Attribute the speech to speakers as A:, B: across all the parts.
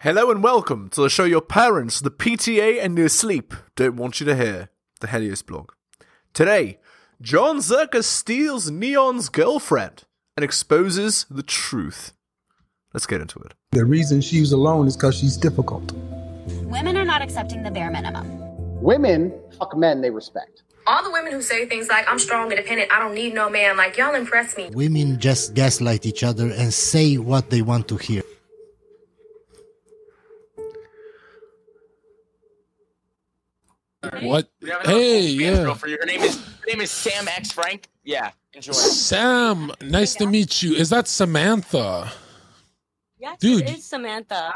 A: Hello and welcome to the show your parents, the PTA, and their sleep don't want you to hear. The Helios blog. Today, John Zerka steals Neon's girlfriend and exposes the truth. Let's get into it.
B: The reason she's alone is because she's difficult.
C: Women are not accepting the bare minimum.
D: Women fuck men they respect.
E: All the women who say things like, I'm strong, independent, I don't need no man, like, y'all impress me.
F: Women just gaslight each other and say what they want to hear.
G: What?
H: We have another
G: Hey,
H: fan girl
G: yeah.
H: For you. Her name is her name is Sam X Frank. Yeah, enjoy.
G: Sam, nice to meet you. Is that Samantha?
I: Yes,
G: Dude.
I: it is Samantha.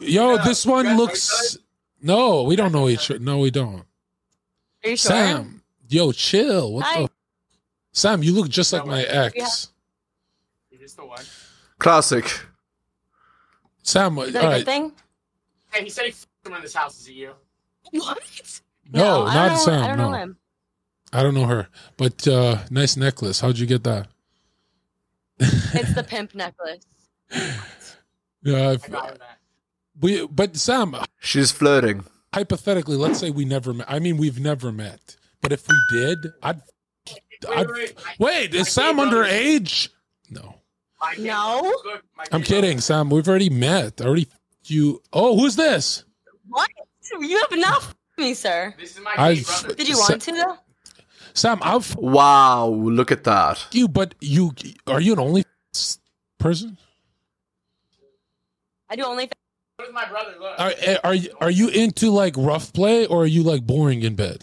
G: Yo,
H: Yeah,
G: this one
H: you guys
G: looks. No, we don't know each. No, we don't.
I: Are you sure?
G: Sam, yo, chill. What
I: Hi.
G: the? Sam, you look just like my
I: Yeah.
G: ex.
H: You're just the one.
A: Classic.
G: Sam,
I: Is
G: all
I: that a good
G: right.
I: thing?
H: Hey, he said he f- around this house. Is it you?
I: What?
G: No,
I: I
G: not
I: don't know,
G: Sam.
I: I don't
G: no,
I: know him.
G: I don't know her. But uh nice necklace. How'd you get that?
I: It's the pimp necklace.
G: Uh,
H: I
G: if-
H: got him that.
G: we, but Sam,
A: She's flirting.
G: hypothetically, let's say we never met. I mean, we've never met. But if we did, I'd.
H: Wait,
G: I'd
H: wait, wait. I-
G: wait,
H: I
G: is Sam
H: can't go.
G: underage? No.
H: I can't
I: No.
H: go. Good, my
G: I'm
H: dear.
G: kidding, Sam. We've already met. I Already f- you. Oh, who's this?
I: What? You have enough of me, sir.
H: This is my
G: I-
H: gay brother.
I: Did you
G: Sa-
I: want to though?
G: Sam, I'll f-
A: Wow, look at that.
G: you, but you are you an only s- person?
I: I do only.
H: Where's my brother? Look.
G: Are, eh, are you- are you into like rough play or are you like boring in bed?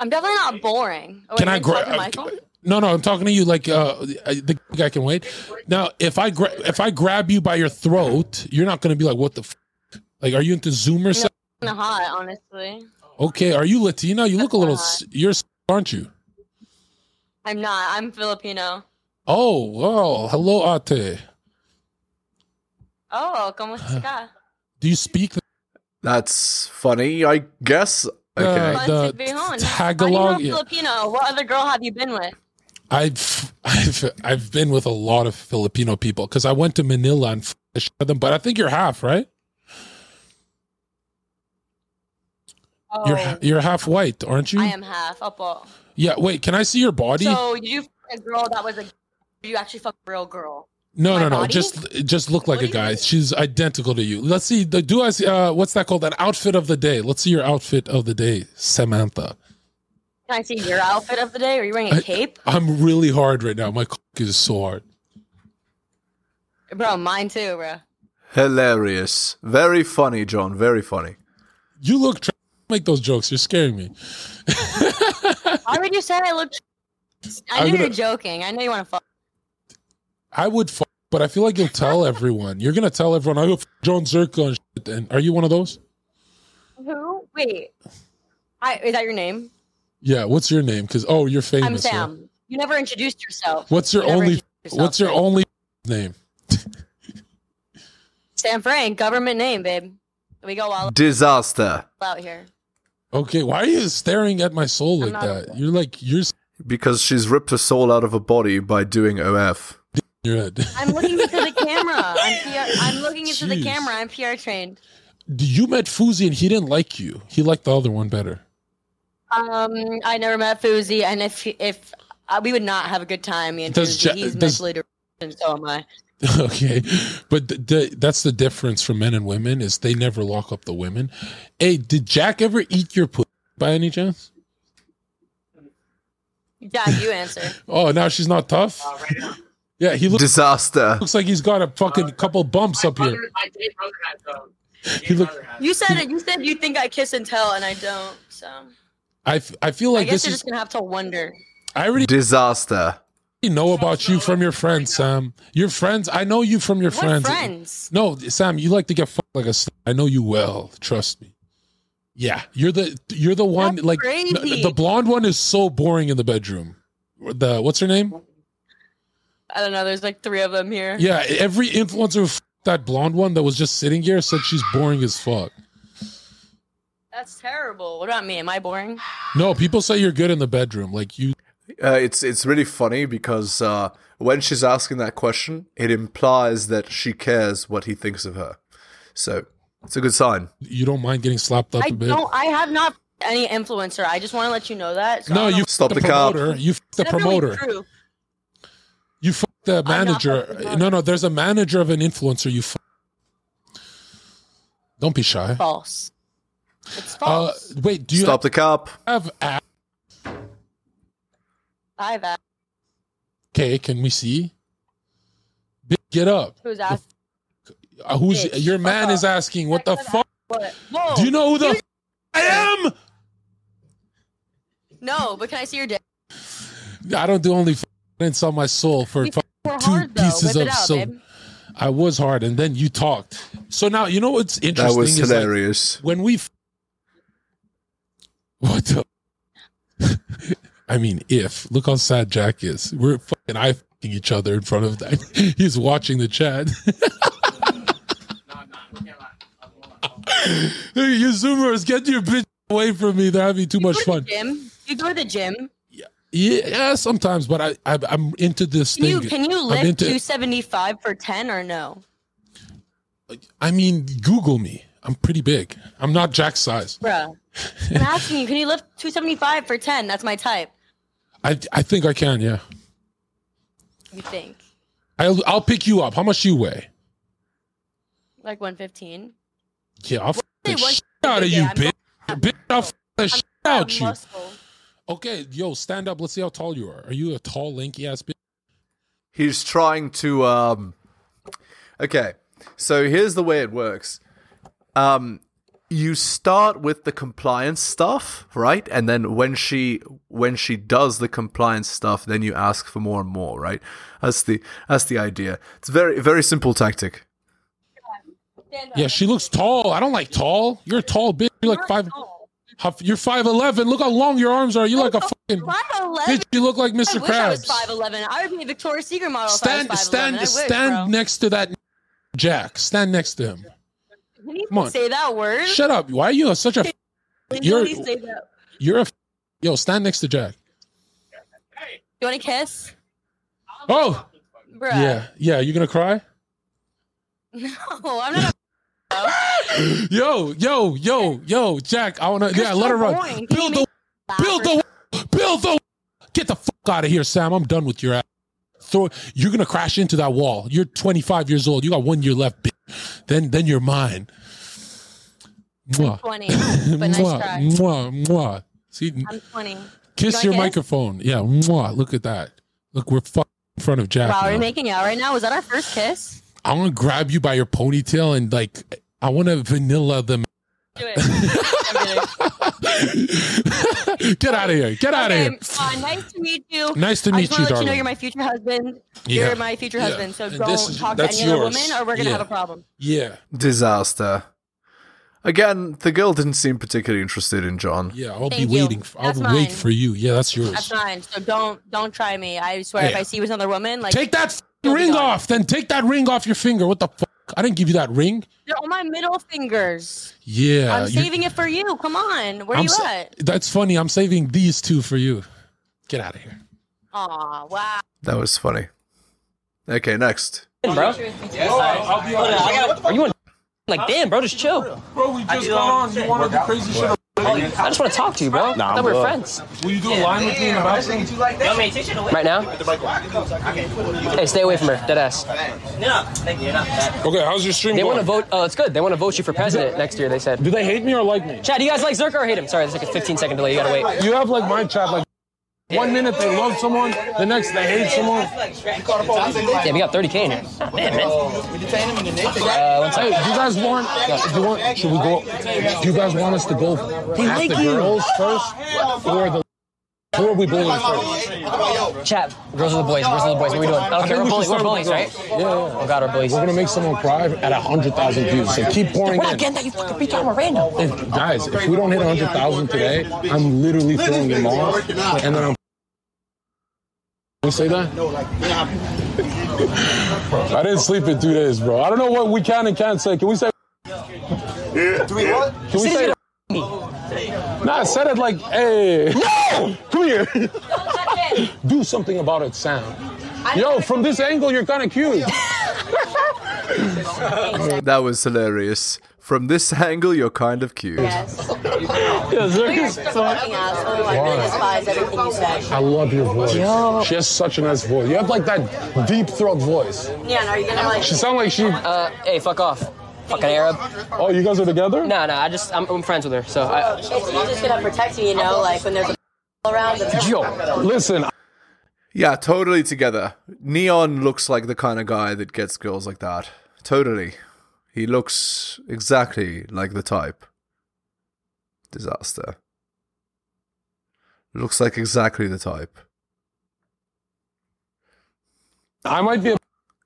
I: I'm definitely not boring. Oh, wait,
G: Can I
I: you're
G: grab?
I: talking to Michael?
G: No, no, I'm talking to you. Like uh, I- the guy can wait. Now, if I gra- if I grab you by your throat, you're not gonna be like, what the? F-? Like, are you into Zoom or something?
I: Kinda hot, honestly.
G: Okay, are you Latina? You look a little. s- You're, s- aren't you?
I: I'm not. I'm Filipino.
G: Oh, wow. Hello, Ate.
I: Oh, como está?
G: Do you speak
A: That's funny, I guess. Okay.
G: Uh,
I: Fun
G: the
I: to be home.
G: Tagalog-
I: How do you
G: yeah.
I: know Filipino? What other girl have you been with?
G: I've I've I've been with a lot of Filipino people because I went to Manila and f- the shit out of them, but I think you're half, right?
I: Oh,
G: You're ha- you're half white, aren't you?
I: I am half. Opo.
G: Yeah. Wait, can I see your body?
I: So you fuck a girl that was a. You actually fucked a real girl.
G: no,
I: my
G: no, no.
I: body?
G: Just just look like
I: What
G: a
I: do you
G: guy.
I: mean?
G: She's identical to you. Let's see. The, do I see, uh, what's that called? An outfit of the day. Let's see your outfit of the day, Samantha.
I: Can I see your outfit of the day? Are you wearing a
G: I-
I: cape?
G: I'm really hard right now. My cock is so hard.
I: Bro, mine too, bro.
A: Hilarious. Very funny, John. Very funny.
G: You look. Try- make those jokes. You're scaring me.
I: Why would you say I look? I
G: I'm
I: knew you
G: gonna-
I: were joking. I know you want to fuck.
G: I would, f- but I feel like you'll tell everyone. You're gonna tell everyone. I go f- John Zirka and shit. And are you one of those?
I: Who? Wait. I, is that your name?
G: Yeah. What's your name? Because oh, you're famous.
I: I'm
G: right?
I: Sam. You never introduced yourself.
G: What's your
I: You never
G: only?
I: introduced yourself,
G: What's your
I: right?
G: only name?
I: Sam Frank, government name, babe. We go all
A: Disaster.
I: out here.
G: Okay. Why are you staring at my soul like
I: I'm not-
G: that? You're like you're s-
A: Because she's ripped her soul out of her body by doing OF.
G: in your head.
I: I'm looking into the camera. I'm, PR, I'm looking into
G: Jeez.
I: the camera. I'm PR trained.
G: you met Fuzi and he didn't like you. He liked the other one better.
I: Um, I never met Fuzi, and if he- if uh, we would not have a good time, me and
G: Does
I: Fuzi,
G: Ja-
I: he's
G: does-
I: mentally deranged, and so am I.
G: okay, but th- th- that's the difference for men and women is they never lock up the women. Hey, did Jack ever eat your pussy by any chance?
I: Jack, you answer.
G: Oh, now she's not tough.
H: Uh, right now. Uh,
G: Yeah, he looks.
A: Disaster.
G: Looks like he's got a fucking couple bumps
H: My
G: up here.
H: brother- My gay brother has those. My gay
G: He look-
H: brother has
I: You said it. You said you think I kiss and tell, and I don't. So
G: I, f- I feel
I: I
G: like
I: guess
G: this
I: you're
G: is.
I: just gonna have to wonder.
G: I already
A: Disaster.
G: know about you from your friends, Sam. Your friends. I know you from your
I: What
G: friends.
I: friends?
G: No, Sam. You like to get fucked like a. slut. I know you well. Trust me. Yeah, you're the you're the one
I: That's
G: like
I: crazy.
G: the- the blonde one is so boring in the bedroom. The what's her name?
I: I don't know. There's like three of them here.
G: Yeah, every influencer who fucked that blonde one that was just sitting here said she's boring as fuck.
I: That's terrible. What about me? Am I boring?
G: No, people say you're good in the bedroom. Like you
A: Uh, it's it's really funny because uh, when she's asking that question, it implies that she cares what he thinks of her. So it's a good sign.
G: You don't mind getting slapped up
I: I
G: a bit.
I: don't. I have not any influencer. I just want to let you know that. So
G: no,
I: I don't
G: you
I: know.
A: Stop
G: f-
A: the cop.
G: promoter. You f- the
I: That's not
G: promoter.
I: Really true.
G: You f- the
I: not
G: manager.
I: fucking promoter.
G: No, no. There's a manager of an influencer. You. F- don't be shy.
I: False. It's
G: Uh,
I: false.
G: wait. Do you
A: Oh, Stop the cop.
G: have app?
I: I've asked
G: Okay, can we see? Bitch, Get up.
I: who's asked.
G: Uh, who's
I: Bitch,
G: your
I: fuck
G: man
I: up.
G: is asking? What the fuck?
I: What? Whoa.
G: Do you know who the f- I am?
I: No, but can I see your dick?
G: I don't do only. F- I didn't sell my soul for.
I: You
G: F-
I: We're
G: Two
I: hard though.
G: pieces
I: Whip
G: of
I: it out,
G: silver.
I: babe.
G: I was hard, and then you talked. So now you know what's interesting.
A: That was
G: is, like,
A: hilarious.
G: when we f- what the I mean if look how sad Jack is we're fucking eye fucking each other in front of that he's watching the chat hey, you zoomers get your bitch away from me they're having too
I: You
G: much
I: go to
G: fun
I: the gym. You go to the gym.
G: yeah, yeah, sometimes but I, I I'm into this
I: Can you
G: thing
I: can you
G: I'm
I: lift
G: into-
I: two seventy five for ten or no?
G: I mean Google me I'm pretty big I'm not Jack's size
I: Bruh. I'm asking you, can you lift two seventy five for ten? That's my type.
G: I I think I can yeah
I: You think.
G: I'll I'll pick you up how much do you weigh
I: Like one fifteen.
G: Yeah, I'll f-
I: they
G: the
I: want
G: shit out of
I: to
G: you,
I: do,
G: bitch. Bitch, I'll f- the shit out you.
I: Muscle.
G: Okay, yo, stand up. Let's see how tall you are. Are you a tall, lanky ass bitch?
A: He's trying to um Okay. So here's the way it works. Um you start with the compliance stuff, right? And then when she when she does the compliance stuff, then you ask for more and more, right? That's the that's the idea. It's very very simple tactic.
G: Yeah, she looks tall. I don't like tall. You're a tall bitch. You're like five. How, you're five eleven. Look how long your arms are. You like a fucking
I: Five eleven.
G: bitch. You look like
I: I
G: Mr.
I: wish I was
G: Krabs.
I: five eleven. I would be a Victoria's Secret model. if I
G: Stand,
I: was 5'11". I
G: stand,
I: wish,
G: stand
I: bro.
G: next to that Jack. Stand next to him.
I: Can you
G: come on.
I: say that word?
G: Shut up. Why are you such a?
I: Please
G: you're-
I: please say that.
G: You're a. Yo, stand next to Jack.
I: You want to kiss,
G: Oh,
I: bro?
G: yeah, yeah. You gonna cry?
I: No, I'm not.
G: Yo, yo, yo, yo, Jack. I wanna. yeah,
I: You're
G: let
I: so
G: her run.
I: boring. Can
G: Build
I: you
G: the,
I: make-
G: build the, build the. Get the fuck out of here, Sam. I'm done with your ass. Throw. You're gonna crash into that wall. You're 25 years old. You got one year left. Bitch. Then, then you're mine. Mwah.
I: Twenty,
G: mwah,
I: but nice try. Um,
G: mwah, mwah. See,
I: I'm twenty.
G: kiss
I: I
G: your
I: kiss?
G: microphone. Yeah, mwah. Look at that. Look, we're fucking in front of Jack.
I: Wow, are we
G: now.
I: making out right now? Was that our first kiss?
G: I want to grab you by your ponytail and like, I want to vanilla them.
I: Do it. I'm kidding.
G: Get out of here. Get out of
I: Okay,
G: here.
I: uh, nice to meet you.
G: Nice to
I: I
G: meet
I: just
G: you,
I: want to let you know
G: darling.
I: you're my future husband.
G: Yeah.
I: You're my future
G: Yeah.
I: husband, so
G: And this
I: don't
G: is-
I: talk to
G: that's
I: any other
G: yours.
I: woman, or we're gonna
G: Yeah.
I: have a problem.
G: Yeah.
A: Disaster. Again, the girl didn't seem particularly interested in John.
G: Yeah. I'll
I: Thank
G: be
I: you.
G: waiting. For, I'll
I: That's
G: wait
I: mine.
G: for you. Yeah, that's yours.
I: That's fine. So don't don't try me. I swear, if
G: Yeah.
I: I see you with another woman, like
G: Take that f***ing
I: You'll be
G: ring
I: gone.
G: off. Then take that ring off your finger. What the fuck? I didn't give you that ring.
I: they're on my middle fingers.
G: Yeah.
I: I'm
G: Uh, you-
I: saving it for you. Come on, where
G: I'm
I: you
G: sa-
I: at?
G: That's funny. I'm saving these two for you. Get out of here.
I: Aw, wow.
A: That was funny. Okay, next.
J: bro.
G: I'll be honest.
J: Are you on? Like, damn, bro, just chill.
G: Bro, we just got on. You want to do crazy shit?
J: I just want to talk to you, bro. I thought we were friends.
G: Will you do a line with me in the bathroom?
J: Right now? Hey, stay away from her, dead ass.
G: Okay, how's your stream
J: They want
G: going?
J: to vote. Oh, it's good. They want to vote you for president next year. They said.
G: Do they hate me or like me?
J: Chad, do you guys like Zerka or hate him? Sorry, there's like a 15 second delay. You gotta wait.
G: You have like my chat. Like one minute they love someone, the next they hate someone.
J: Yeah, we got 30k in here. Ah, man, man. Uh, one
G: Hey,
J: second.
G: do you guys want? uh, Do you want? Should we go? Do you guys want us to go at the girls first, or the? Who are we bullying first?
J: Chad, girls are the boys. Girls are the boys. What are we doing? I don't care. We're, bullies. we're bullies, right?
G: Yeah, yeah.
J: Oh God, we're bullies.
G: We're gonna make someone cry at hundred thousand views. So keep pouring
J: We're not
G: in.
J: getting that. You fucking be talking about random.
G: If- guys, if we don't hit hundred thousand today, I'm literally throwing them off, and then I'm. You say that? I didn't sleep in two days, bro. I don't know what we can and can't say. Can we say? Do we what? Can we say? Nah, I said it like, hey. No! Come here. Do something about it, Sam. Yo, from this angle, you're kind of cute.
A: That was hilarious. From this angle, you're kind of cute.
K: Yes. Fucking asshole. I really despise everything you say.
G: I love your voice. She has such a nice voice. You have like that deep throat voice.
K: Yeah, and are you gonna like?
G: She sounds like she.
I: Uh, hey, fuck off. Fucking Arab.
G: Oh, you guys are together?
I: No, no, I just, I'm, I'm friends with her, so I.
K: It's you're just gonna protect me, you know, like when there's a around. That's
G: Yo, listen.
A: Yeah, totally together. Neon looks like the kind of guy that gets girls like that. Totally. He looks exactly like the type. Disaster. Looks like exactly the type.
G: I might be a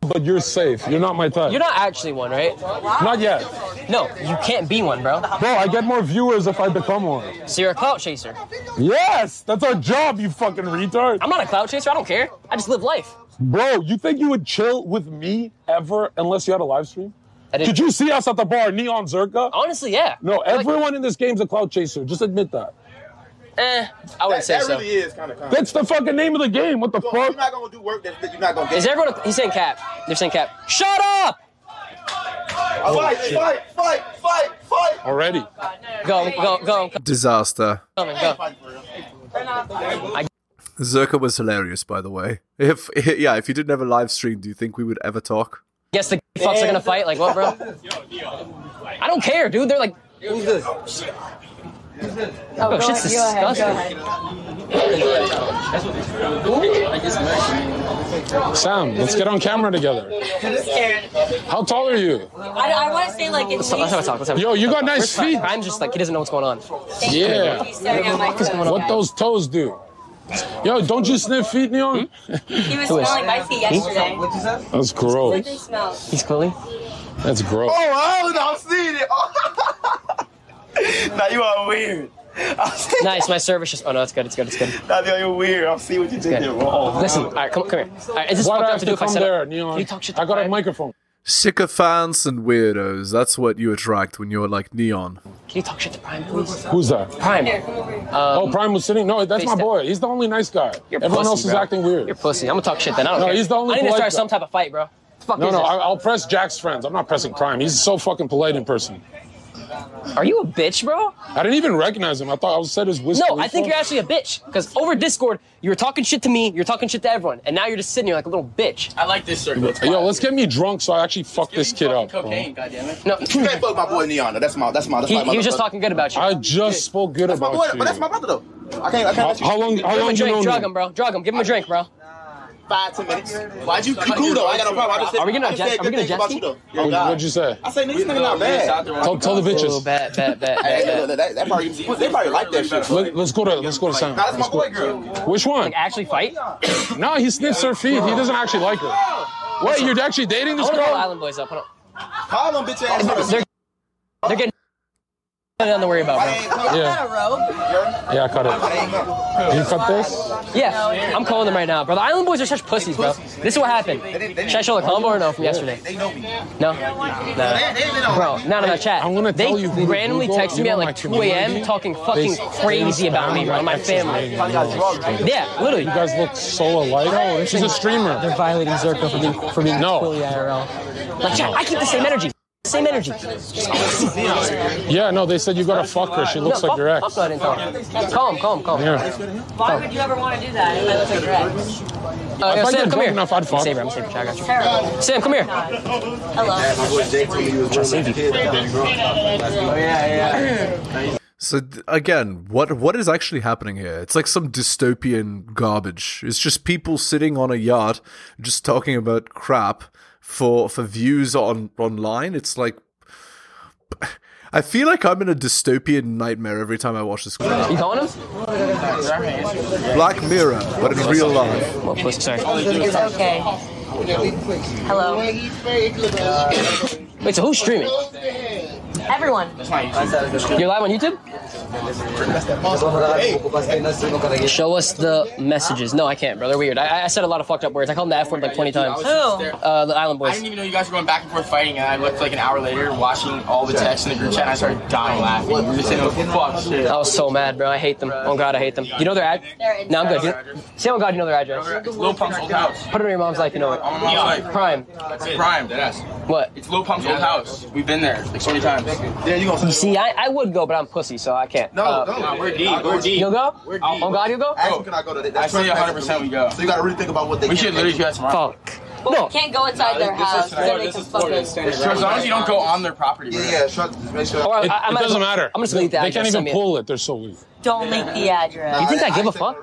G: but you're safe. You're not my type.
I: You're not actually one, right?
G: Not yet.
I: No, you can't be one, bro.
G: Bro, I get more viewers if I become one.
I: So you're a clout chaser.
G: Yes, that's our job, you fucking retard.
I: I'm not a clout chaser. I don't care. I just live life.
G: Bro, you think you would chill with me ever unless you had a live stream?
I: I didn't-
G: Could you see us at the bar, Neon Zerka?
I: Honestly, yeah.
G: No,
I: Oh, Like,
G: everyone in this game's a cloud chaser. Just admit that.
I: eh, I wouldn't say
H: that
I: so.
H: really is kind of common.
G: That's the fucking name of the game. What the
H: So you're
G: fuck?
H: not gonna do work that that you're not gonna get.
I: Is everyone? He's saying cap. They're saying cap. Shut up.
H: fight, fight, fight, fight, fight,
G: Already.
I: Go, go, go,
A: Disaster.
I: go, go.
A: Zerka was hilarious, by the way. If yeah, if you didn't have a live stream, do you think we would ever talk?
I: Guess the gay fucks are gonna fight. Like what, bro? I don't care, dude. They're like, who's this? Oh, shit's disgusting.
G: Sam, let's get on camera together. How tall are you?
K: I, I want to say like it's.
I: So, let's have a talk. Let's have a
G: Yo, you got
I: First
G: nice
I: of all,
G: feet.
I: I'm just like he doesn't know what's going on.
G: Yeah. What those toes do? Yo, don't you sniff feet, Neon?
K: He was smelling my feet yesterday.
I: Hmm?
G: That's gross.
K: Smell.
I: He's clearly.
G: That's gross.
H: Oh, I don't know. I'm seeing it. now you are weird. I'm seeing-
I: Nice, my service just. Oh no, it's good. It's good. It's good.
H: Now you're weird. I'm seeing what you did
I: Good.
H: there. Oh,
I: Listen, all right, come, come here. All right, is this
G: Why
I: what
G: do I
I: I
G: have
I: have to do
G: to
I: if I
G: come
I: set
G: there,
I: up?
G: Neon?
I: You talk shit.
G: I got a
I: Ryan.
G: microphone.
A: Sycophants and weirdos, that's what you attract when you're like neon.
I: Can you talk shit to Prime, please?
G: Who's that?
I: Prime,
G: oh, Prime was sitting. No, that's
I: Um, face
G: my
I: down.
G: boy. He's the only nice guy.
I: you're
G: Everyone
I: pussy,
G: else is
I: bro.
G: acting weird.
I: You're pussy. I'm gonna talk shit then. I don't
G: No,
I: care.
G: he's the only
I: I need to
G: polite
I: start
G: guy.
I: some type of fight, bro. The fuck
G: No,
I: is
G: no, I-
I: this?
G: I'll press Jack's friends. I'm not pressing Prime. He's so fucking polite in person.
I: Are you a bitch, bro?
G: I didn't even recognize him. I thought I was said his whisper.
I: No, I think you're actually a bitch. Because over Discord, you were talking shit to me, you're talking shit to everyone, and now you're just sitting here like a little bitch.
H: I like this circle.
G: Yo, let's get me drunk so I actually fuck this kid up. bro.
I: No,
H: You
I: he,
H: can't fuck my boy Neon. though. That's my. That's my. That's my.
I: he was
H: mother-
I: just talking good about you.
G: I just spoke good
H: That's my
G: about
H: boy.
G: you.
H: But that's my brother though. I can't. I can't. let you-
G: How long? How
I: Give him
G: long
I: a
G: you
I: drink.
G: know
I: Drug
G: me?
I: him, bro. Drug him. Give him a drink, bro.
H: five, ten minutes. Why'd you be cool though? I ain't got no problem. I just said,
I: Are we gonna
H: I just
I: adjust-
H: said
I: are
H: good
I: we gonna
H: things
I: adjust
H: about you, though. Yo,
G: What-
H: God.
G: What'd you say?
H: I say niggas nigga not bad.
G: Tell, tell the
I: Oh,
G: bitches.
I: bet, bet, bet,
H: Hey, look,
I: bet, bet.
H: look, that, that probably, they probably like that shit.
G: Let, us go to let's go to Sam.
H: Nah, that's my
G: Let's
H: boy,
G: go-
H: girl.
G: Which one?
I: Like, actually fight? I
G: No, he sniffs her feet. He doesn't actually like her. Wait, you're actually dating this
I: wanna call the
G: girl?
I: Island Boys up. Hold on.
H: Call them bitch ass niggas.
I: They're, they're getting. Nothing to worry about,
H: I
I: bro.
H: ain't come.
G: Yeah, yeah, I cut
H: I
G: it.
H: ain't come.
G: You cut this?
I: Yeah, I'm calling them right now, bro. The Island Boys are such pussies, bro. This is what happened. Should I show the combo or no from yesterday?
H: They know me.
I: No, no,
H: They, they know
I: bro, no, no, no, chat.
G: I'm gonna
I: they
G: tell you who to
I: randomly
G: Google.
I: texted
G: You
I: me
G: know
I: at
G: my
I: like 2 a.m.
G: community?
I: talking fucking
G: They-
I: crazy about me, bro, and my family. Yeah, literally.
G: You guys look so alike. She's a streamer.
I: violating Zerka for being for being
G: No.
I: fully IRL. Like, chat, I keep the same energy. Same energy.
G: Yeah, no, they said you gotta fuck her. She looks
I: no,
G: like
I: fuck,
G: your
I: Fuck
G: ex.
I: no, I didn't tell her. Calm, calm, calm.
G: Yeah.
K: Why would you ever want to do that if I look like Rex?
I: Uh,
G: If I
I: Sam,
G: get
I: come
G: drunk
I: here.
G: enough, I'd fuck.
I: Save her. I'm sorry, I got you.
K: Terrible. Oh
I: Sam, come here.
K: Hello.
A: So th- again, what what is actually happening here? It's like some dystopian garbage. It's just people sitting on a yacht, just talking about crap for for views on online. It's like I feel like I'm in a dystopian nightmare every time I watch this. crap.
I: You calling him?
A: Black Mirror, but in real life.
I: Well, pussy, sorry.
K: It's okay. Hello.
I: Wait, so who's streaming?
C: Everyone.
J: That's not YouTube.
E: You're live on YouTube?
J: That's that monster. Hey,
E: Show us the messages. No, I can't, brother. Weird. I, I said a lot of fucked up words. I called them the F word like 20 times. Uh, the Island
J: I
E: Boys.
J: didn't even know you guys were going back and forth fighting, and I looked like an hour later watching all the text in the group chat, and I started dying laughing. We were just saying, "Oh, fuck shit.
E: I was so mad, bro. I hate them. Oh God, I hate them. You know their ad? No, I'm good. You- See, oh God, you know their address.
J: Lil Pump's old house.
E: Put it in your mom's life. You know
J: On
E: it.
J: my mom's life.
E: Prime.
J: That's it. Prime, deadass.
E: What?
J: It's Lil Pump's old house. We've been there like so many times. There you go.
E: You see, I, I would go, but I'm pussy, so I can't.
J: Uh,
E: No,
J: Nah, we're deep. We're deep.
E: You'll go?
J: We're deep.
E: Oh God, you go?
J: Actually, can I go to that? I say 100 percent we go. So you gotta really think about what they. We should literally do that tomorrow.
E: Fuck. No.
C: Can't go inside their house. They're
J: This
C: making
J: is Florida.
C: fucking.
J: This is Florida. As long as you don't go on their property. Yeah, yeah.
E: Or I,
G: It,
E: I, I might
G: it
E: as well-
G: doesn't matter.
E: I'm just gonna leave that.
G: They can't even pull it. They're so weak.
I: Don't leak the address.
E: You think I give a fuck?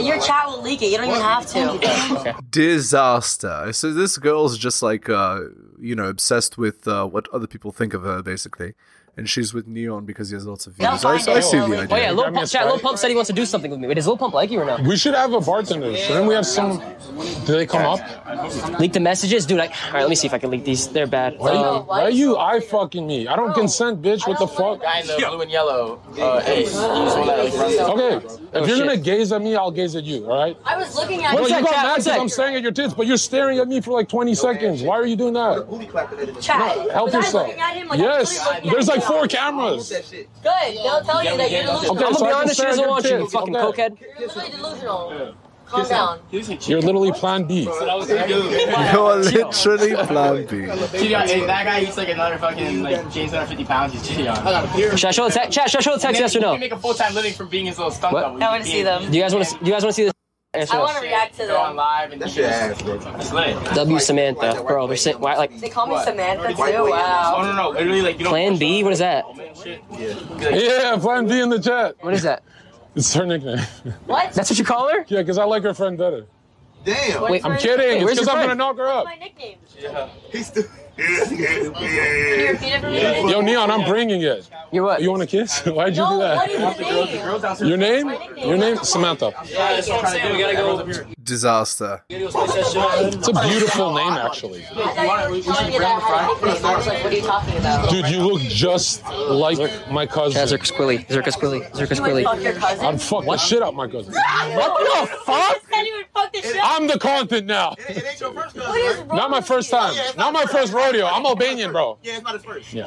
I: Your chat will leak it. You don't even have to.
A: disaster. So this girl's just like uh, you know obsessed with uh, what other people think of her, basically, and she's with Neon because he has lots of views. I,
I: find
A: I
I: it.
A: see the
I: Oh,
A: idea.
E: Oh yeah, Lil
G: Grab me a
E: Pump. Chat, Lil
G: Sprite.
E: Pump said he wants to do something with me. Wait, does Lil Pump like you or no?
G: We should have a bartender. Shouldn't we have some? Do they come up?
E: Leak the messages, dude. I, all right, let me see if I can leak these. They're bad.
G: Why
E: Uh,
G: you, why you eye fucking me? I don't consent, bitch. What the fuck?
J: Guy in the blue and yellow. Uh, ace. He's the one that, like, runs-
G: Okay, if you're
E: shit.
G: gonna gaze at me, I'll gaze at you. All right.
I: I was looking at
G: Well, you
E: sec,
G: got
E: chat,
G: mad
E: one
G: because
E: sec.
G: I'm staring at your tits, but you're staring at me for like 20 seconds. Why are you doing that?
I: chat.
G: Help
I: Was I
G: yourself.
I: looking at him? Like, I was
G: Yes,
I: literally looking at
G: there's like
I: him.
G: four cameras.
J: shit.
I: Good. They'll tell you that you're delusional.
G: Okay,
E: I'm gonna
G: so I
E: be
G: can
E: honest, she
G: stare at
E: doesn't
G: your
E: want you, you
G: tits.
E: fucking
G: Okay.
E: cokehead.
I: You're literally delusional. Calm down.
G: You're literally Plan B.
A: You're literally plan B.
J: Cheating on- hey, that guy eats like another fucking like James 150 pounds. He's cheating on.
E: Should I show the text? Chat, should I show the text? Yes or
J: You
E: no?
J: can make a full time living from being his little stunt
E: What?
J: double.
I: I want to see them.
E: Do you guys want to? Do you guys want to see this? Yes or
I: I
E: no?
I: want to react to
J: Go on
I: them.
J: live and that's your ass, bro. That's lit.
E: W Samantha, bro. They're saying, why, like
I: They call me
J: What?
I: Samantha too.
J: Oh
I: Wow.
J: no no, literally like you don't.
E: Plan B. What is that?
G: Yeah, Plan B in the chat.
E: What is that?
G: It's her nickname.
I: What?
E: That's what you call her?
G: Yeah, because I like her friend better.
E: Wait,
G: I'm kidding.
E: Where's
G: It's because
E: your friend?
G: I'm gonna knock her up.
I: My nickname. Can you repeat it for me?
G: Yo, Neon, I'm bringing it.
E: You're what?
G: You want a kiss? Why'd you
I: No,
G: do
I: what
G: that?
I: is the name?
G: Your name? Your name? Samantha.
J: We gotta go.
A: Disaster.
G: It's a beautiful name, actually.
I: I thought you were telling me that I had a nickname. I was like, what are you talking about?
G: Dude, you look just like my
E: Yeah,
G: cousin.
E: Zerka Squilly. Zerka Squilly. Zerka
I: You would
E: Squilly.
I: fuck your cousin?
G: I'd fuck the shit out my cousin. What the
I: I
G: fuck?
I: said you would fuck the shit out
G: I'm the content now.
I: What is wrong
G: Not my
I: with
G: first
I: you?
G: time. Not my first rodeo. I'm Albanian, bro.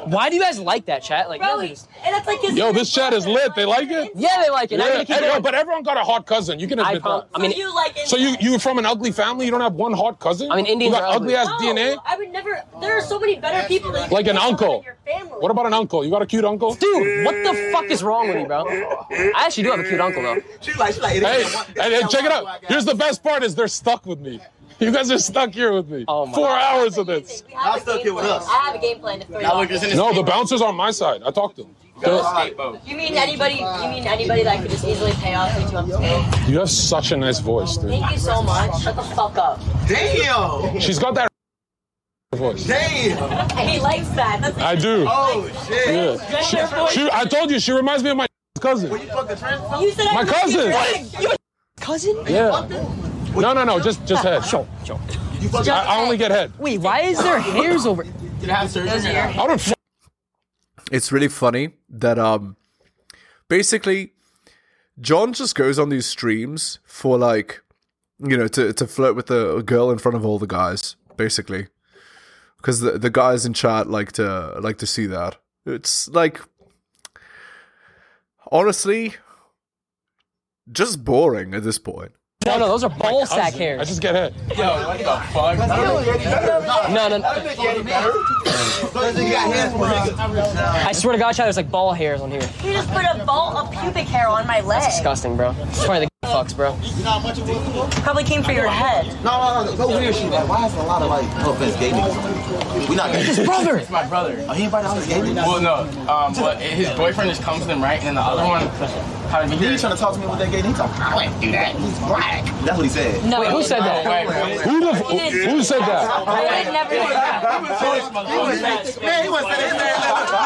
E: Why do you guys like that chat? Like,
I: Bro,
E: yeah,
I: and that's like his
G: Yo, this chat is lit. They like it?
E: yeah, they like it. I'm
G: Yeah,
E: gonna keep
G: hey, yo,
E: going.
G: but everyone got a hot cousin. You can
E: I
G: admit
E: prom-
G: that.
E: I mean,
I: so you like it.
G: So you you from an ugly family? You don't have one hot cousin?
E: I mean, Indians
G: you got
E: are ugly.
G: ugly ass
I: no,
G: DNA.
I: I would never. There are so many better people. Than
G: Like an
I: someone
G: uncle.
I: in Your family.
G: What about an uncle? You got a cute uncle?
E: Dude, what the fuck is wrong with you, bro? I actually do have a cute uncle though.
G: Hey, hey, hey, check it out. Here's the best part: is they're stuck with me. You guys are stuck here with me.
E: Oh
G: Four
E: my
G: hours of this.
I: We have a
J: still
I: game
J: here with
I: plan.
J: us.
I: I have a game plan to throw you.
J: Now
I: off.
J: look, there's an
G: No, the bouncer's on my side. I talked to him.
J: skateboard.
I: You mean anybody? You mean anybody that could just easily pay off you two? I'm just kidding.
G: You have such a nice voice, dude.
I: Thank you so much. Shut the fuck up.
J: Damn.
G: She's got that voice.
J: Damn.
I: And he likes that. That's
G: I do.
J: Oh shit.
G: Yeah.
I: She,
G: She, I told you, she reminds me of my cousin.
I: you said
G: My
I: I could
G: cousin.
I: be your-
E: Cousin?
G: Yeah. No, no, no. Just, just head. I, I only get head.
E: Wait, why is there hairs over?
J: Did I have surgery?
G: I don't. F-
A: It's really funny that um, basically, John just goes on these streams for like, you know, to to flirt with the girl in front of all the guys, basically, because the the guys in chat like to like to see that. It's like, honestly, just boring at this point.
E: No, no, those are ball sack
G: I
E: hairs.
G: just get head.
J: Yo, what the fuck?
E: No, no, no. I swear to God, Chad, there's like ball hairs on here.
I: You just put a ball of pubic hair on my leg.
E: Disgusting, bro. It's probably the fucks, bro.
I: Probably came for your head.
J: No, no, no, no weird shit. Like, why is a lot of like, no offense, gay niggas? We not gay. His brother. It's my brother. Oh, he invited all his gay niggas. Well, no. Um, but his boyfriend just comes to them right, and then the other one. How did he? He trying to talk to me with that gay nigga. I wouldn't do that. He's black. That's what he said.
I: No,
E: Wait, who said that?
G: Who the? f- Who said that?
I: I would never do that.
J: Man, he wasn't in there.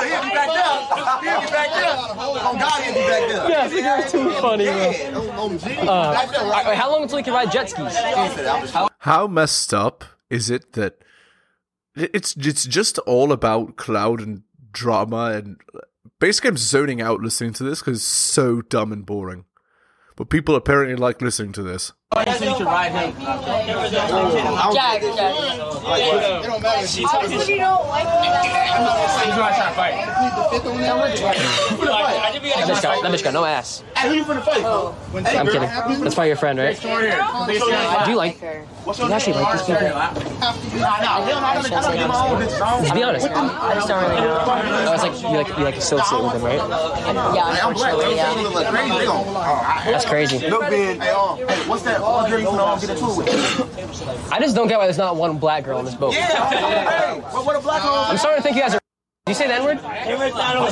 J: He'll be back up. He'll be back up. On God, he'll be back up.
E: Yes, you're too funny, bro. Alright, wait, how long until we can ride jet skis?
A: how messed up is it that it's it's just all about cloud and drama and basically I'm zoning out listening to this because it's so dumb and boring. But people apparently like listening to this.
H: So you can ride him.
I: Jack, Jack.
H: It don't matter. She's
I: Obviously, you don't like me.
H: not trying to fight.
J: That bitch got, that bitch got no ass.
H: Hey, who you finna fight?
J: I'm kidding. That's probably your friend,
H: Next
J: right?
H: one here. Please see
J: I
H: my
J: do
H: lap.
J: like.
H: What's
J: You actually like these people.
H: Nah, nah, hell, I don't- I don't do my own business. I don't-
J: To be honest,
I: I just don't really know.
J: oh, it's like you like you like associate with them, right?
I: Yeah, unfortunately, yeah.
H: Look crazy. They gon- oh, I-
J: That's crazy.
H: Look, Ben. Hey, um, hey, what's that one girl you finna um, get into it with?
J: I just don't get why there's not one black girl on this boat.
H: Yeah. Hey, what, what a black girl?
J: I'm starting to think you guys are. Did you say that word?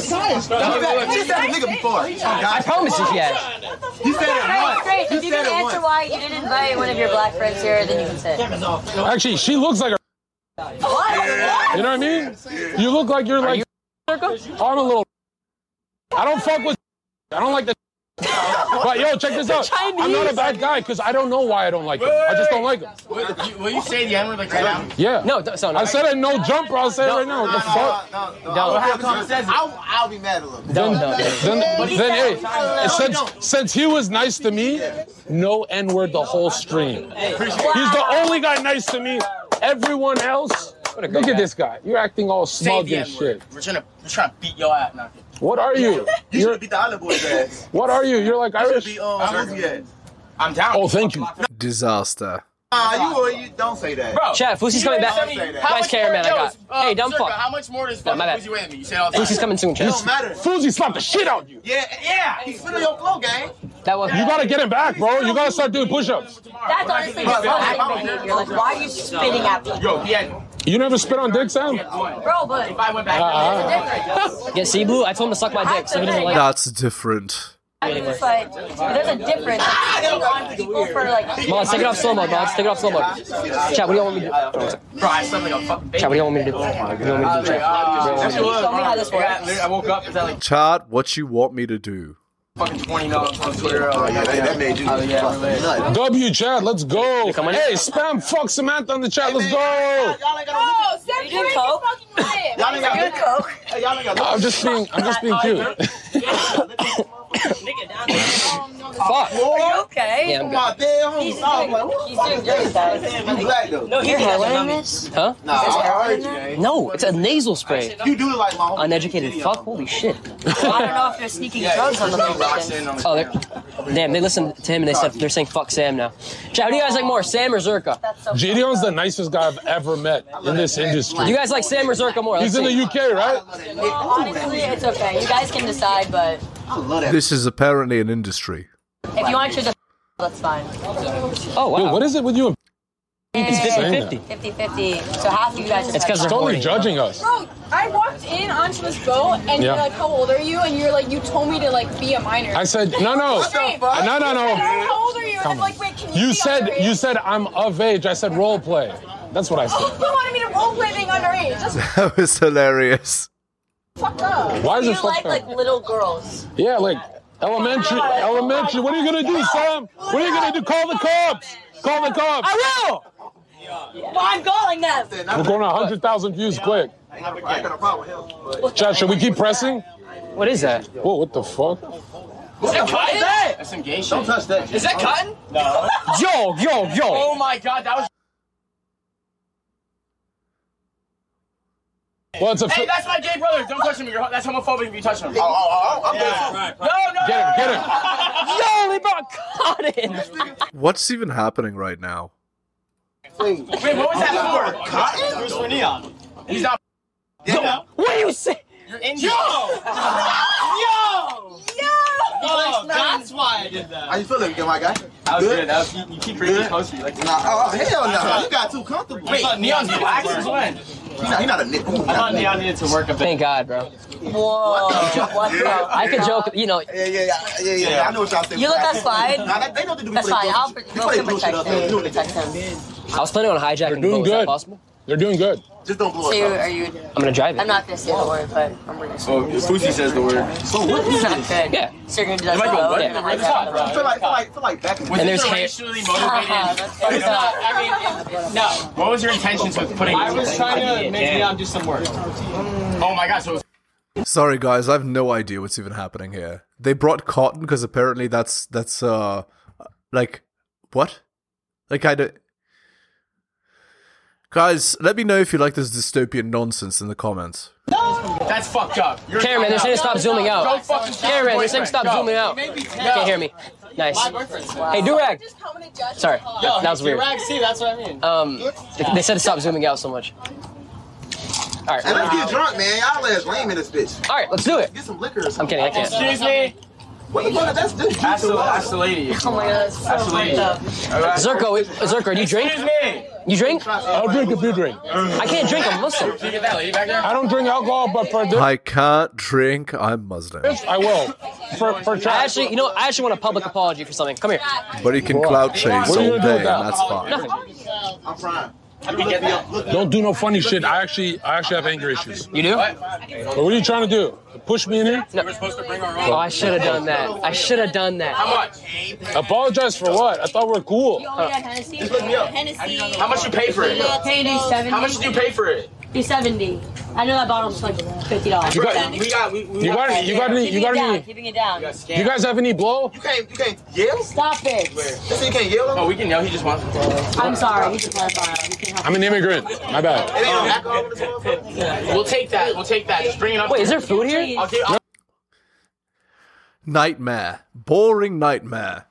H: She said a nigga before. Oh,
J: I
H: God.
J: promise you, she has.
H: You said
I: Great,
H: it
I: great.
H: once. You
I: If you
H: said
I: can
H: it
I: answer
H: once.
I: why you didn't invite one of your black friends here, then you can sit.
G: Actually, she looks like a. You know what I mean? You look like you're like. I'm a little. I don't fuck with. I don't like the. but yo, check this out. I'm not a bad guy because I don't know why I don't like him. I just don't like him.
H: Will you- Will you say the N word like right now?
G: Yeah.
J: No, don't- so no.
G: I said it no jumper. I'll say it right now. What the fuck?
H: What happens if it says it? I'll, I'll be mad at him.
J: Dumb, dumb.
G: Then, then
H: No,
G: hey,
H: you
G: since
H: don't.
G: since he was nice to me, no N word the whole stream. He's the only guy nice to me. Everyone else,
J: a great
G: look at
J: guy.
G: this guy. You're acting all
H: Say
G: smug
H: the
G: and
H: N word.
G: shit.
H: We're trying to we're trying to beat your ass, knock it.
G: What are you?
H: You should
G: You're,
H: beat the Island Boys ass.
G: what are you? You're like
H: You should
G: Irish.
H: be um, Jersey ass. I'm down.
G: Oh, thank you.
A: Disaster.
H: Nah, you, you don't say that. Bro,
J: Chat, Fusi's coming back.
H: Don't say that.
J: Nice camera, man, I got.
H: Yo, uh,
J: Hey, dumb
H: Circa,
J: fuck.
H: How much more does
J: No,
H: fucking
J: my bad.
H: Uzi weigh than me? You said all the time.
J: Lucy's coming soon,
H: It
J: Chat.
H: don't matter.
G: Fuzi slapped the shit out of you.
H: Yeah, yeah. He's spinning your flow, gang.
J: That was.
G: You gotta get him back, bro. You gotta start doing push-ups.
I: That's honestly disgusting behavior. Like, why are you spitting at people?
H: Yo, he had
G: You never spit on dick, Sam?
H: one.
I: Bro, but
H: If I went back,
G: Uh-uh.
J: Yeah, see, Blue, I told him to suck my dick, so he doesn't like
A: That's different.
I: I'm just like, there's a difference
H: "Ah,
I: between on people for like.
J: Mods, take it off slow mo, Mods. Take it off slow mo. Chat, what do you want me to do? Hold on a second.
H: bro, I sound like a fucking baby. Oh
J: Chat, what do you want me to do? What do you want me to do, Chat?
H: That shit was
I: Tell me how
H: hard.
I: this
H: Yeah,
I: works.
H: I woke up. It's like
A: Chart what you want me to do.
H: fucking twenty dollars on Twitter. Oh, yeah, that made you. Oh, yeah, relax.
G: W chat, let's go.
J: come on in.
G: Hey, spam fuck Samantha on the chat. Let's go.
H: Y'all ain't got
I: You doing coke?
H: no. Y'all ain't got
I: You doing coke?
H: Hey, y'all ain't got
G: I'm just being, I'm just being cute.
J: Fuck.
I: Are you okay?
J: Yeah, I'm good.
H: Oh, My dead homie. I was like, what the
I: He's
H: fuck
I: doing
H: is
I: great,
H: that?
I: guys.
H: You black though. No,
I: You're handling this?
J: Huh?
H: nah, I heard you, gang.
J: No, it's a nasal spray.
H: You do look like my homie.
J: Uneducated fuck. Holy shit.
I: "Oh, I don't know if you're sneaking
H: Yeah,
I: drugs on the
H: there's no
I: vacation.
H: Roxanne on the
J: Oh,
H: camera.
J: they're, damn, they listened to him and they said they're saying fuck Sam now. Chat, who do you guys like more, Sam or Zerka?
I: That's so
G: Gideon's the nicest guy I've ever met in this
J: Do you
G: industry.
J: guys like Sam or Zerka more?
G: He's
J: Let's
G: in the
J: see.
G: UK, right?
I: Well, honestly, it's okay. You guys can decide, but
A: This is apparently an industry.
I: if you want to choose a that's fine.
J: Oh,
G: Dude,
J: wow.
G: what is it with you?
J: It's 50
G: saying that?
J: 50.
I: 50-50. So half of you guys just
J: It's 'cause
I: have
J: they're
I: fun.
G: Totally judging us.
L: Bro, I walked in onto this boat and
G: Yeah.
L: you're like, "How old are you?" And you're like, "You told me to like be a minor."
G: I said, no, no,
L: Straight.
G: no, no,
L: You said,
G: no.
L: How old are you? And I'm like, "Wait, can you?"
G: You
L: be
G: said,
L: underage?"
G: you said I'm of age. I said role play. That's what I
L: Oh,
G: said.
L: you wanted me to role play being underage. That's
A: That was hilarious.
L: fucked up.
G: Why is
I: You
G: it
I: like
G: fucked
I: like
G: up?
I: little girls.
G: Yeah, like elementary, elementary. What are you gonna do, Sam? What are you gonna do? Call the cops. Call the cops.
J: I
I: I'm calling them.
G: We're going to 100,000 views quick.
H: I ain't got a problem with him. but-
G: Chat, should we keep pressing?
J: will! What is that?
G: Whoa, what the fuck?
H: What is that? That's some gay shit. Don't touch that. Is that cotton? No.
J: Yo, yo, yo.
H: Oh my god, that was.
G: Well, it's a.
H: Hey,
G: Fi-
H: that's my gay brother. Don't touch him. You're, that's homophobic if you touch him. Oh, I'm yeah. No, no.
G: get him, get him.
J: Yo, they brought cotton.
A: What's even happening right now?
H: Wait, what was that for? Cotton? It was for neon. He's not. Yeah.
J: What do you say?
H: You're in. Yo. Yo. Yo. Oh, that's why I did that. How you feeling, good, my guy? That was good. That was, you, you keep reading close to you. Like, nah, oh, hell no. You got too comfortable. Wait, neon's black since when? He's not, he's not a nigga. I thought neon needed to work a bit.
J: Thank God, bro.
I: Whoa. What the-
J: I could joke, you know,
H: Yeah, yeah, yeah, yeah, yeah. I know what y'all saying.
I: You let that slide?
H: Nah, that, they know what to do
I: That's
H: before
I: fine.
H: they
I: I'll
H: blow-
I: Will
H: before they
I: can
H: blow shit
I: protect
H: up. They know
I: him.
H: what
I: Protect him.
J: I was planning on hijacking the boat.
G: doing
J: Is
G: good.
J: that possible?
G: They're doing good.
H: Just don't blow us
I: So you,
H: up.
I: are you?
J: I'm gonna drive it.
I: I'm not gonna say the word, but I'm gonna say.
H: Oh, Fusi says the word. So what?
I: It's not good.
J: Yeah.
I: So you're gonna do that.
H: Might go,
I: slow?
H: what?
I: Yeah.
H: Where's the top, bro? Feel like, feel like, feel like back in
J: And there's hair.
I: Uh-huh, that's good.
H: What was your intentions with putting? I was trying to make Neon do some work. Oh my gosh! So it was
A: Sorry, guys, I have no idea what's even happening here. They brought cotton because apparently that's that's uh like what? Like I don't. Guys, let me know if you like this dystopian nonsense in the comments.
H: That's fucked up. You're
J: Cameron, they're saying to stop zooming out.
H: Go fucking kill your
J: Cameron, they're saying
H: boyfririend.
J: stop
H: Go.
J: zooming out.
H: You made me
J: You
H: mad.
J: can't hear me. Nice.
H: My boyfriend's
J: Hey, Durag. Sorry,
H: Yo,
J: that, that was weird.
H: Durag, see, that's what I mean.
J: Um, they- they said to stop zooming out so much. All right.
M: And let's get drunk, man. Y'all ass lame in this bitch.
J: All right, let's do it.
M: Get some liquor or something.
J: I'm kidding, I can't.
H: Excuse me.
M: What the fuck? That's this
H: Ask the, ask the lady.
N: Oh my god, it's so
H: Ask the lady.
N: fucked up.
J: Zerko, Zerko, do you drink?
H: Excuse me.
J: You drink?
G: I'll drink if you drink.
J: I can't drink. I'm Muslim.
H: Did you get that lady back there?
G: I don't drink alcohol, but for this,
A: I can't drink. I'm Muslim,
G: I will. For, for
J: I
G: trash.
J: actually, you know, I actually want a public apology for something. Come here.
A: but he can clout chase
G: What are you
A: all
G: gonna
A: day, and
G: do with that?
A: that's fine.
M: I'm fine.
G: Don't do no funny shit. I actually, I actually have anger issues.
J: You do?
G: But what are you trying to do? Push me in here?
H: We're supposed to bring our own.
J: Oh, I should have done that. I should have done that.
H: How much?
G: Apologize for what? I thought we are cool.
N: You only got Hennessy.
H: Look me up.
N: Hennessy.
H: How much you pay for it?
N: Pay these seventy.
H: How much did you pay for it?
N: These seventy. I know that bottle's like fifty dollars.
G: You got-
H: We got. We, we
G: You got any? You got any? You
N: Keeping it
G: got
N: down.
G: any?
N: Keeping it down.
H: got scammed.
G: You guys have any blow?
M: You can't, you can't yell?
N: Stop it.
M: You say you can't yell?
H: Oh,
M: Oh,
H: we can yell. He just wants.
N: I'm sorry. He's a pedophile. You can't help.
G: I'm an immigrant. My bad.
M: it ain't no alcohol in this motherfucker.
H: We'll take that. We'll take that. Just bring it up.
J: Wait, is there food here?
H: I'll give, I'll
A: Nightmare. Boring nightmare.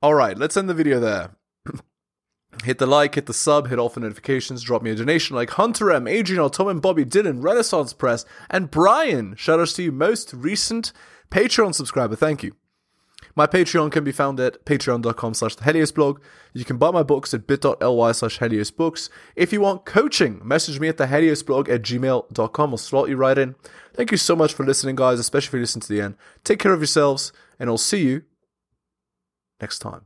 A: All right, let's end the video there. hit the like, hit the sub, hit all for notifications, drop me a donation like Hunter M, Adrian, Tom and Bobby, Dylan, Renaissance Press, and Brian. Shoutouts to you, most recent Patreon subscriber. Thank you. My Patreon can be found at patreon.com slash the Helios blog. You can buy my books at bit.ly slash Helios books. If you want coaching, message me at the Helios blog at gmail.com. I'll slot you right in. Thank you so much for listening, guys, especially if you listen to the end. Take care of yourselves, and I'll see you next time.